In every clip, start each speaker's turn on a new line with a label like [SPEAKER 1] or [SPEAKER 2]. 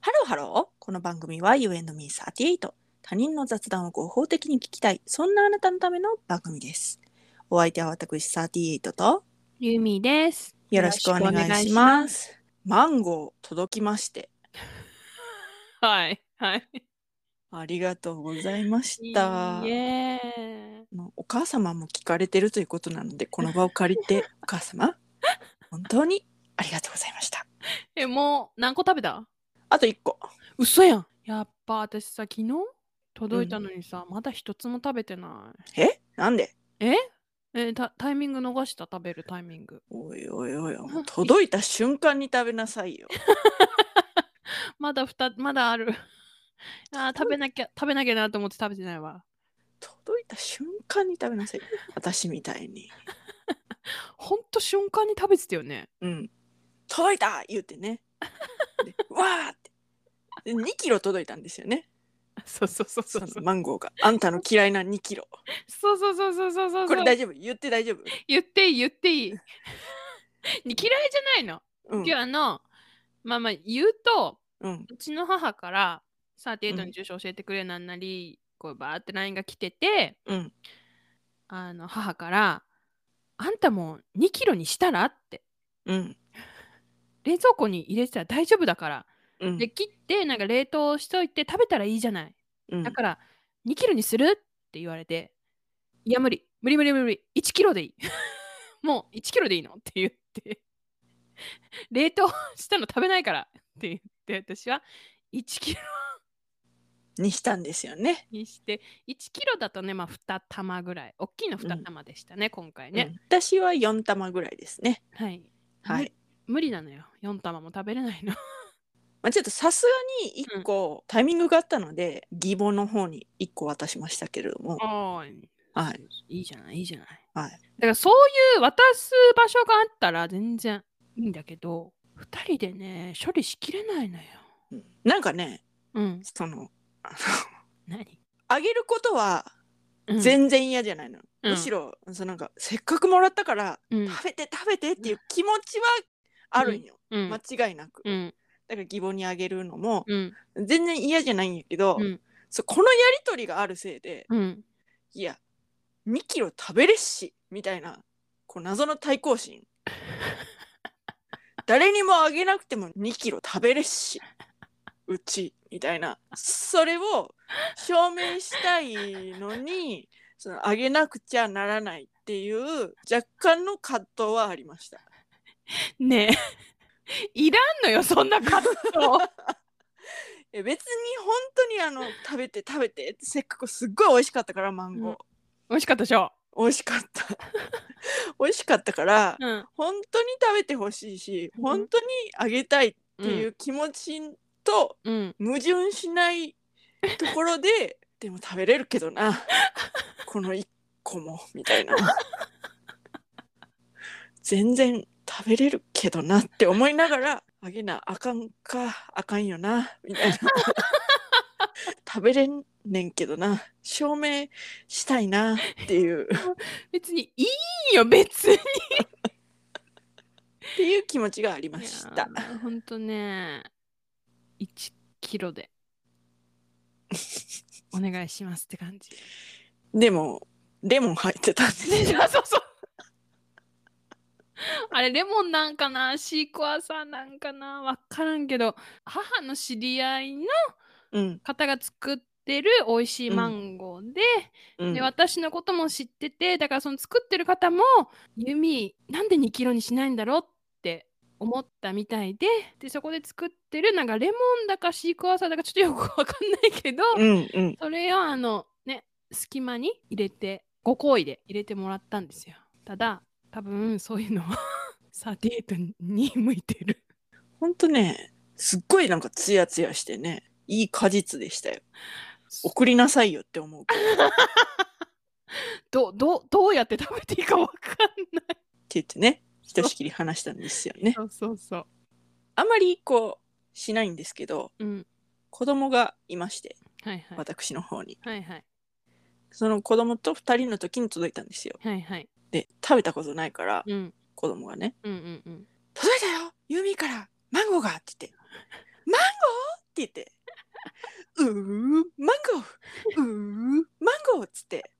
[SPEAKER 1] ハロー。この番組は You and me38。他人の雑談を合法的に聞きたい。そんなあなたのための番組です。お相手は私38と
[SPEAKER 2] ゆみです。
[SPEAKER 1] よろしくお願いします。マンゴー届きまして。
[SPEAKER 2] はい。はい。
[SPEAKER 1] ありがとうございました
[SPEAKER 2] イ。エーイ
[SPEAKER 1] あのお母様も聞かれてるということなので、この場を借り て、お母様、本当にありがとうございました。
[SPEAKER 2] え、もう何個食べた
[SPEAKER 1] あと1個。
[SPEAKER 2] 嘘やん。やっぱ私さ、昨日届いたのにさ、まだ一つも食べてな
[SPEAKER 1] えなんで
[SPEAKER 2] い。ええた、タイミング逃した食べるタイミング。
[SPEAKER 1] おいおいおい おい、もう届いた瞬間に食べなさいよ。
[SPEAKER 2] まだ二ま だある。あー食べなきゃ、食べなきゃなと思って食べてないわ。
[SPEAKER 1] 届いた瞬間に食べなさいよ。私みたいに。
[SPEAKER 2] ほんと瞬間に食べてたよね。
[SPEAKER 1] うん。届いた言うてね。でわーって。で2キロ届いたんですよね。
[SPEAKER 2] そうそうそう
[SPEAKER 1] そ
[SPEAKER 2] そ
[SPEAKER 1] うの
[SPEAKER 2] そう。
[SPEAKER 1] マンゴーが。あんたの嫌いな2キロ。
[SPEAKER 2] そうそうそうそうそうそう。
[SPEAKER 1] これ大丈夫言って大丈夫
[SPEAKER 2] 言っていい言って いいに嫌いじゃないの、
[SPEAKER 1] うん
[SPEAKER 2] 今。日あのまあまあ言うと
[SPEAKER 1] うん。
[SPEAKER 2] うちの母から
[SPEAKER 1] う
[SPEAKER 2] 38
[SPEAKER 1] ん
[SPEAKER 2] の住所教えてくれなんなり、こうバーって LINE が来てて
[SPEAKER 1] うん。
[SPEAKER 2] あの母から「あんたも2キロにしたら?」って
[SPEAKER 1] うん。
[SPEAKER 2] 冷蔵庫に入れてたら大丈夫だから、
[SPEAKER 1] うん
[SPEAKER 2] で切ってなんか冷凍しといて食べたらいいじゃない
[SPEAKER 1] うん
[SPEAKER 2] だから2キロにするって言われて「いや無理無理無理無理1キロでいい もう1キロでいいの?」って言って「冷凍したの食べないから」って言って私は1キロ
[SPEAKER 1] にしたんですよね。
[SPEAKER 2] にして1キロだとねまあ2玉ぐらい大きいの2玉でしたね、今回ね、
[SPEAKER 1] うん私は4玉ぐらいですね。
[SPEAKER 2] はい
[SPEAKER 1] はい。
[SPEAKER 2] 無理なのよ4玉も食べれないの
[SPEAKER 1] まあ、ちょっとさすがに1個タイミングがあったので、義母の方に1個渡しましたけれども。
[SPEAKER 2] ああい
[SPEAKER 1] はい。
[SPEAKER 2] いじゃないいいじゃない
[SPEAKER 1] はい。
[SPEAKER 2] だからそういう渡す場所があったら全然いいんだけど2人でね処理しきれないのよ
[SPEAKER 1] うんなんかね、
[SPEAKER 2] うん
[SPEAKER 1] その、あの
[SPEAKER 2] 何、
[SPEAKER 1] あげることは
[SPEAKER 2] うん、
[SPEAKER 1] 全然嫌じゃないの、
[SPEAKER 2] うん
[SPEAKER 1] むしろそのなんかせっかくもらったから
[SPEAKER 2] うん
[SPEAKER 1] 食べて食べてっていう気持ちはあるんよ、
[SPEAKER 2] うん
[SPEAKER 1] 間違いなく、
[SPEAKER 2] うん
[SPEAKER 1] だから義母にあげるのも
[SPEAKER 2] うん
[SPEAKER 1] 全然嫌じゃないんやけど、
[SPEAKER 2] うん
[SPEAKER 1] そうこのやり取りがあるせいで
[SPEAKER 2] うん
[SPEAKER 1] いや2キロ食べれっしみたいなこう謎の対抗心誰にもあげなくても2キロ食べれっしうちみたいなそれを証明したいのにそのあげなくちゃならないっていう若干の葛藤はありました
[SPEAKER 2] ねえ いらんのよそんな葛藤
[SPEAKER 1] え別に本当にあの食べて食べてってせっかくすっごい美味しかったからマンゴー、
[SPEAKER 2] 美味しかったでしょ、
[SPEAKER 1] 美味しかった 美味しかったから、
[SPEAKER 2] うん、
[SPEAKER 1] 本当に食べてほしいし
[SPEAKER 2] うん
[SPEAKER 1] 本当にあげたいって
[SPEAKER 2] うん
[SPEAKER 1] いう気持ちと
[SPEAKER 2] うん
[SPEAKER 1] 矛盾しないところででも食べれるけど なこの1個もみたいな全然食べれるけどなって思いながらあげなあかんかあかんよなみたい な食べれんねんけどな証明したいなっていう
[SPEAKER 2] 別にいいよ別に
[SPEAKER 1] っていう気持ちがありました。
[SPEAKER 2] ほんとね1キ ロでお願いしますって感じ
[SPEAKER 1] でもレモン入ってたんです
[SPEAKER 2] で
[SPEAKER 1] よ。
[SPEAKER 2] あそうそう あれレモンなんかなシークワーサーなんかなわからんけど母の知り合いの
[SPEAKER 1] うん、
[SPEAKER 2] 方が作ってる美味しいマンゴーで,、
[SPEAKER 1] うん
[SPEAKER 2] で私のことも知っててだからその作ってる方も「ユミなんで2キロにしないんだろ?」って思ったみたいででそこで作ってるなんかレモンだかシークワーサーだかちょっとよくわかんないけど、
[SPEAKER 1] うんうん。
[SPEAKER 2] それをあのね隙間に入れてご好意で入れてもらったんですよただ多分そういうのは 38に向いてる
[SPEAKER 1] ほんとね、すっごいなんかツヤツヤしてね、いい果実でしたよ。送りなさいよって思うけど。って
[SPEAKER 2] どどどうやって食べていいかわかんない
[SPEAKER 1] 言って ね、ひとしきり話したんですよね。
[SPEAKER 2] そうそうそう
[SPEAKER 1] あんまりこうしないんですけど、
[SPEAKER 2] うん
[SPEAKER 1] 子供がいまして、
[SPEAKER 2] はいはい
[SPEAKER 1] 私の方に。
[SPEAKER 2] はいはい
[SPEAKER 1] その子供と2人の時に届いたんですよ。
[SPEAKER 2] はいはい
[SPEAKER 1] で、食べたことないから、
[SPEAKER 2] うん
[SPEAKER 1] 子供がね、
[SPEAKER 2] うんうんうん
[SPEAKER 1] 届いたよユーミーからマンゴーがって言って、マンゴーっ言って「うーマンゴーうーマンゴー」っつって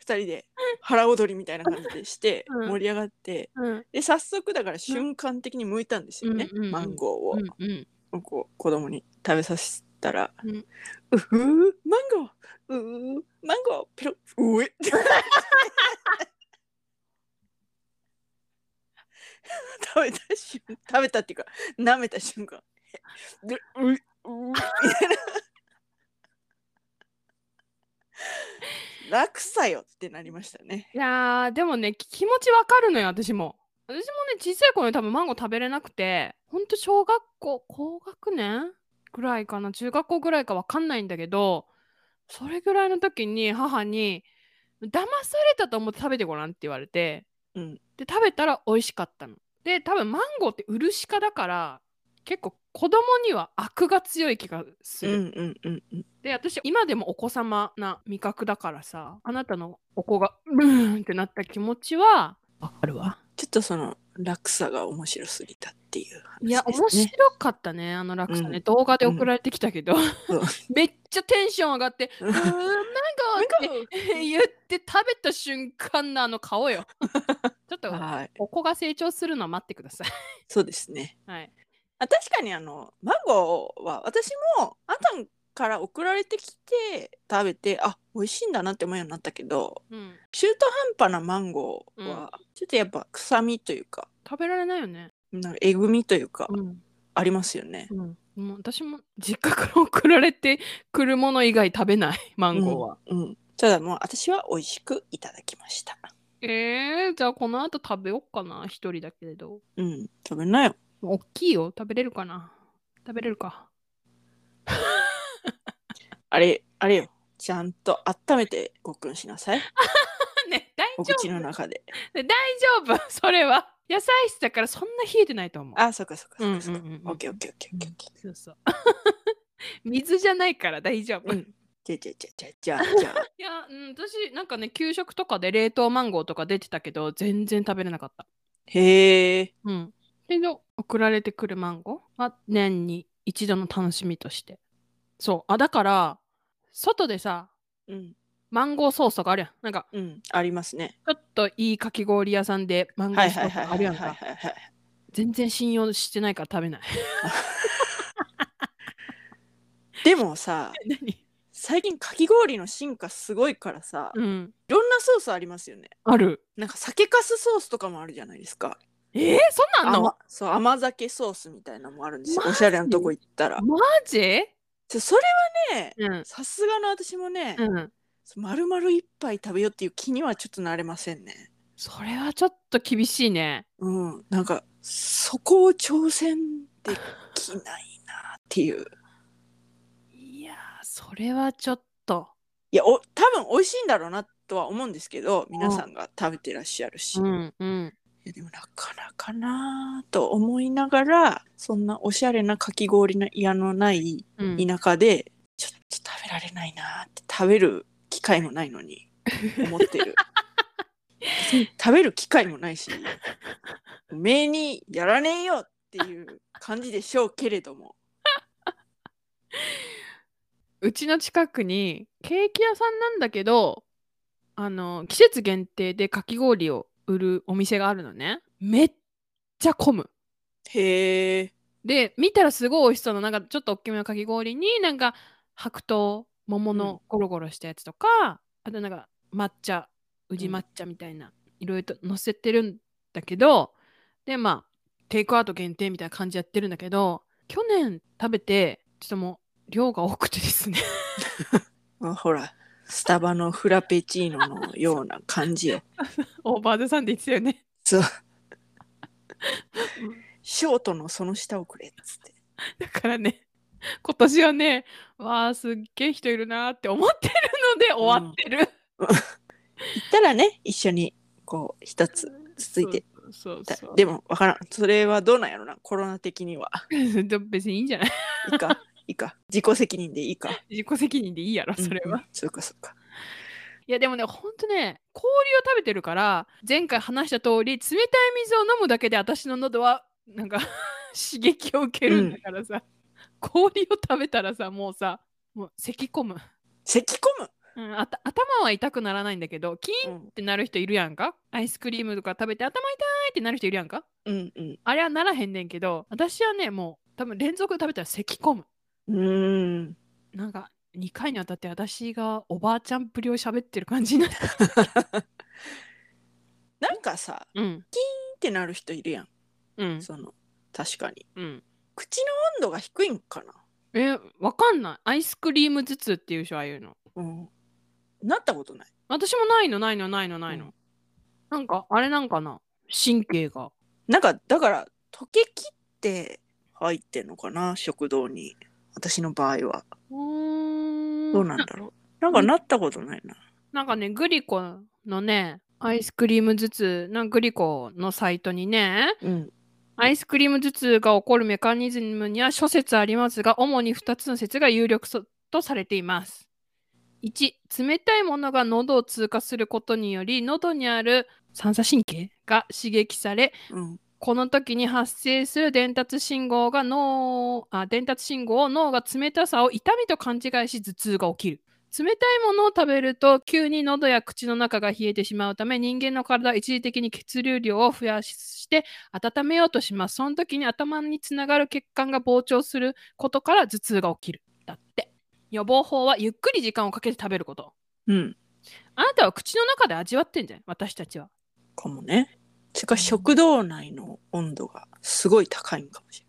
[SPEAKER 1] 2人で腹踊りみたいな感じでして
[SPEAKER 2] うん
[SPEAKER 1] 盛り上がって
[SPEAKER 2] うん
[SPEAKER 1] で早速だから瞬間的に剥いたんですよね、
[SPEAKER 2] うんうんうん
[SPEAKER 1] マンゴーを。
[SPEAKER 2] うんうん
[SPEAKER 1] こう子供に食べさせたら「
[SPEAKER 2] う
[SPEAKER 1] うんうふーマンゴーううマンゴーペロう え」食べた瞬間食べたっていうか舐めた瞬間で「ういう みたいな楽さよってなりましたね
[SPEAKER 2] いやーでもねき気持ちわかるのよ私も私もね小さい頃に多分マンゴー食べれなくてほんと小学校高学年ぐらいかな中学校ぐらいかわかんないんだけどそれぐらいの時に母に「騙されたと思って食べてごらん」って言われて、
[SPEAKER 1] うん
[SPEAKER 2] で食べたら美味しかったの。で多分マンゴーってウルシ科だから結構子供にはアクが強い気がす
[SPEAKER 1] うん
[SPEAKER 2] る。
[SPEAKER 1] うんうんうん
[SPEAKER 2] で私今でもお子様な味覚だからさあなたのお子がうーんってなった気持ちはわかるわ
[SPEAKER 1] ちょっとその楽さが面白すぎたっていう話です、ね、
[SPEAKER 2] いや 面白かったねあの落差ね、
[SPEAKER 1] うん
[SPEAKER 2] 動画で送られてきたけど、
[SPEAKER 1] うん
[SPEAKER 2] めっちゃテンション上がって「うーんなんか」
[SPEAKER 1] うん
[SPEAKER 2] って言って食べた瞬間のあの顔よちょっ と
[SPEAKER 1] はい
[SPEAKER 2] お子が成長するのを待ってください
[SPEAKER 1] そうですね
[SPEAKER 2] はい
[SPEAKER 1] あ確かにあのマンゴーは私もあんたんから送られてきて食べてあ美味しいんだなって思うようになったけど
[SPEAKER 2] うん
[SPEAKER 1] 中途半端なマンゴーは、ちょっとやっぱ臭みというか
[SPEAKER 2] 食べられないよね
[SPEAKER 1] なんかえぐみというか、
[SPEAKER 2] うん、
[SPEAKER 1] ありますよね。
[SPEAKER 2] うん、もう私も実家から 送られてくるもの以外食べないマンゴーは、
[SPEAKER 1] うん、ただもう私は美味しくいただきました。
[SPEAKER 2] えー、じゃあこの後食べよっかな、一人だけれど。
[SPEAKER 1] うん食べなよ。
[SPEAKER 2] おっきいよ、食べれるかな。食べれるか。
[SPEAKER 1] あれあれよちゃんと温めてごっくんしなさい
[SPEAKER 2] ね、大
[SPEAKER 1] お
[SPEAKER 2] 丈
[SPEAKER 1] 口
[SPEAKER 2] 夫。
[SPEAKER 1] の中で。
[SPEAKER 2] ね大丈夫、 それは。野菜室だからそんな冷えてないと思う。
[SPEAKER 1] あそっかそっかそっかそっか。
[SPEAKER 2] うんうんうんうん
[SPEAKER 1] オッケーオッケーオッケーオッケーオッケー。
[SPEAKER 2] そうそう。 水じゃないから大丈夫。
[SPEAKER 1] う
[SPEAKER 2] い
[SPEAKER 1] んじゃあじゃあじゃあじゃあじゃあじゃあ。
[SPEAKER 2] や、うん、私なんかね、給食とかで冷凍マンゴーとか出てたけど、全然食べれなかった。
[SPEAKER 1] へえ。
[SPEAKER 2] うん。けど、送られてくるマンゴーは年に一度の楽しみとして。そう。あ、だから、外でさ、
[SPEAKER 1] うん
[SPEAKER 2] マンゴーソースとかあるやん。なんか、
[SPEAKER 1] うん、ありますね。
[SPEAKER 2] ちょっといいかき氷屋さんでマンゴ
[SPEAKER 1] は
[SPEAKER 2] ー
[SPEAKER 1] い
[SPEAKER 2] ソ
[SPEAKER 1] はい
[SPEAKER 2] ース
[SPEAKER 1] はい
[SPEAKER 2] とか
[SPEAKER 1] は
[SPEAKER 2] あ
[SPEAKER 1] い
[SPEAKER 2] る
[SPEAKER 1] は
[SPEAKER 2] やん
[SPEAKER 1] いはい
[SPEAKER 2] か。
[SPEAKER 1] はい。
[SPEAKER 2] 全然信用してないから食べない。
[SPEAKER 1] でもさ、
[SPEAKER 2] 何
[SPEAKER 1] 最近かき氷の進化すごいからさ、い
[SPEAKER 2] うん。
[SPEAKER 1] ろんなソースありますよね。
[SPEAKER 2] ある。
[SPEAKER 1] なんか酒かすソースとかもあるじゃないですか。
[SPEAKER 2] えー、そんなんあんの
[SPEAKER 1] 甘そう甘酒ソースみたいなのもあるんですよ。
[SPEAKER 2] マジ
[SPEAKER 1] おしゃれなとこ行ったら。
[SPEAKER 2] マジ
[SPEAKER 1] そそれはね、
[SPEAKER 2] うん。
[SPEAKER 1] さすがの私もね、
[SPEAKER 2] うん。
[SPEAKER 1] まるまる一杯食べようっていう気にはちょっとなれませんね。
[SPEAKER 2] それはちょっと厳しいね。
[SPEAKER 1] うん、なんかそこを挑戦できないなっていう。
[SPEAKER 2] いやー、それはちょっと。
[SPEAKER 1] いやお多分美味しいんだろうなとは思うんですけど皆さんが食べてらっしゃるし、
[SPEAKER 2] う
[SPEAKER 1] い
[SPEAKER 2] んうん。
[SPEAKER 1] やでもなかなかなぁと思いながらそんなおしゃれなかき氷の家のない
[SPEAKER 2] うん、
[SPEAKER 1] 田舎で、ちょっと食べられないなぁって食べる機会もないのに思って る別に食べる機会もないしおめえにやらねえよっていう感じでしょうけれども
[SPEAKER 2] うちの近くにケーキ屋さんなんだけど、あの、季節限定でかき氷を売るお店があるのね。めっちゃ混む。
[SPEAKER 1] へえ
[SPEAKER 2] で見たらすごい美味しそうななんかちょっと大きめのかき氷になんか白桃桃のゴロゴロしたやつとか、あとなんか抹茶宇治抹茶みたいな、いろいろと乗せてるんだけどでまあテイクアウト限定みたいな感じやってるんだけど去年食べてちょっともう量が多くてですね
[SPEAKER 1] ほらスタバのフラペチーノのような感じよ
[SPEAKER 2] オーバーズさんで言ってたよね
[SPEAKER 1] そう。ショートのその下をくれっつって。
[SPEAKER 2] だからね今年はねわあすっげえ人いるなーって思ってるので終わってる、
[SPEAKER 1] 行ったらね、一緒にこう一つ続いて。
[SPEAKER 2] そうそう
[SPEAKER 1] た
[SPEAKER 2] そう
[SPEAKER 1] でもわからん。それはどうなんやろな、コロナ的には。
[SPEAKER 2] でも別にいいんじゃない
[SPEAKER 1] いいか、 いいか。自己責任でいいか。
[SPEAKER 2] 自己責任でいいやろそれは、
[SPEAKER 1] うん。そうかそうか。
[SPEAKER 2] いやでもねほんとね氷を食べてるから前回話した通り冷たい 水を飲むだけで私の喉はなんか刺激を受けるんだからさ、氷を食べたらさもうさもう咳込む、
[SPEAKER 1] 咳込む、
[SPEAKER 2] うん、あた頭は痛くならないんだけどキーンってなる人いるやんかアイスクリームとか食べて頭痛いってなる人いるやんか
[SPEAKER 1] うんうん
[SPEAKER 2] あれはならへんねんけど私はねもう多分連続で食べたら咳込む
[SPEAKER 1] うーん
[SPEAKER 2] なんか2回にわたって私がおばあちゃんぶりを喋ってる感じになって
[SPEAKER 1] なんかさ
[SPEAKER 2] うん
[SPEAKER 1] ピンってなる人いるやん、
[SPEAKER 2] うん
[SPEAKER 1] その確かに
[SPEAKER 2] うん
[SPEAKER 1] 口の温度が低いんかな、
[SPEAKER 2] えわかんないアイスクリーム頭痛っていうでしょああいうの
[SPEAKER 1] うん、なったことない
[SPEAKER 2] 私もないのないのないのないの、
[SPEAKER 1] うん
[SPEAKER 2] なんかあれなんかな神経が
[SPEAKER 1] なんかだから溶けきって入ってんのかな食堂に私の場合は
[SPEAKER 2] うーん
[SPEAKER 1] どうなんだろうなんかなったことないな
[SPEAKER 2] なんかねグリコのねアイスクリーム頭痛なグリコのサイトにね
[SPEAKER 1] うん
[SPEAKER 2] アイスクリーム頭痛が起こるメカニズムには諸説ありますが、主に2つの説が有力そとされています。1、冷たいものが喉を通過することにより、喉にある三叉神経が刺激され、
[SPEAKER 1] うん
[SPEAKER 2] この時に発生する伝達信号が脳あ伝達信号を脳が冷たさを痛みと勘違いし頭痛が起きる冷たいものを食べると急に喉や口の中が冷えてしまうため人間の体は一時的に血流量を増やして温めようとしますその時に頭につながる血管が膨張することから頭痛が起きるだって予防法はゆっくり時間をかけて食べること
[SPEAKER 1] うん
[SPEAKER 2] あなたは口の中で味わってんじゃん私たちは
[SPEAKER 1] かもねてか食堂内の温度がすごい高いんかもしれ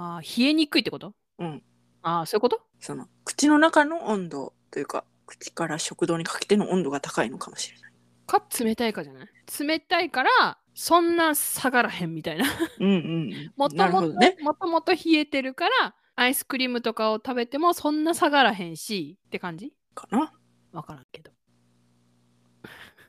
[SPEAKER 1] ない
[SPEAKER 2] あー冷えにくいってこと
[SPEAKER 1] うん
[SPEAKER 2] ああそういうこと
[SPEAKER 1] その口の中の温度というか口から食堂にかけての温度が高いのかもしれない
[SPEAKER 2] か冷たいかじゃない冷たいからそんな下がらへんみ たいな
[SPEAKER 1] うんうん
[SPEAKER 2] も
[SPEAKER 1] う
[SPEAKER 2] と
[SPEAKER 1] んなる
[SPEAKER 2] も
[SPEAKER 1] ほ
[SPEAKER 2] と
[SPEAKER 1] どね
[SPEAKER 2] もともと冷えてるからアイスクリームとかを食べてもそんな下がらへんしって感じ
[SPEAKER 1] かな
[SPEAKER 2] わからんけど。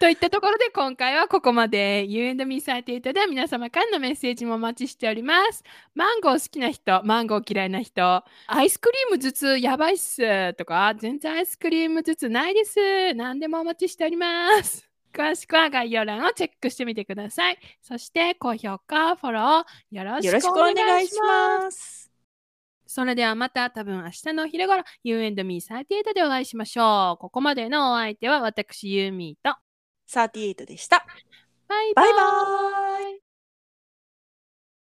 [SPEAKER 2] といったところで今回はここまで U&Me38 では皆様からのメッセージもお待ちしております。マンゴー好きな人、マンゴー嫌いな人、アイスクリーム頭痛やばいっすとか、全然アイスクリーム頭痛ないです。何でもお待ちしております。詳しくは概要欄をチェックしてみてください。そして高評価、フォローよろし
[SPEAKER 1] よろし
[SPEAKER 2] く
[SPEAKER 1] くお
[SPEAKER 2] お願
[SPEAKER 1] 願
[SPEAKER 2] い
[SPEAKER 1] い
[SPEAKER 2] し
[SPEAKER 1] し
[SPEAKER 2] ます。
[SPEAKER 1] ます
[SPEAKER 2] それではまた多分明日のお昼頃 You and me38 でお会いしましょう。ここまでのお相手は私ユーミーと
[SPEAKER 1] 38でした
[SPEAKER 2] バイバ
[SPEAKER 1] バ
[SPEAKER 2] イ
[SPEAKER 1] イバーイ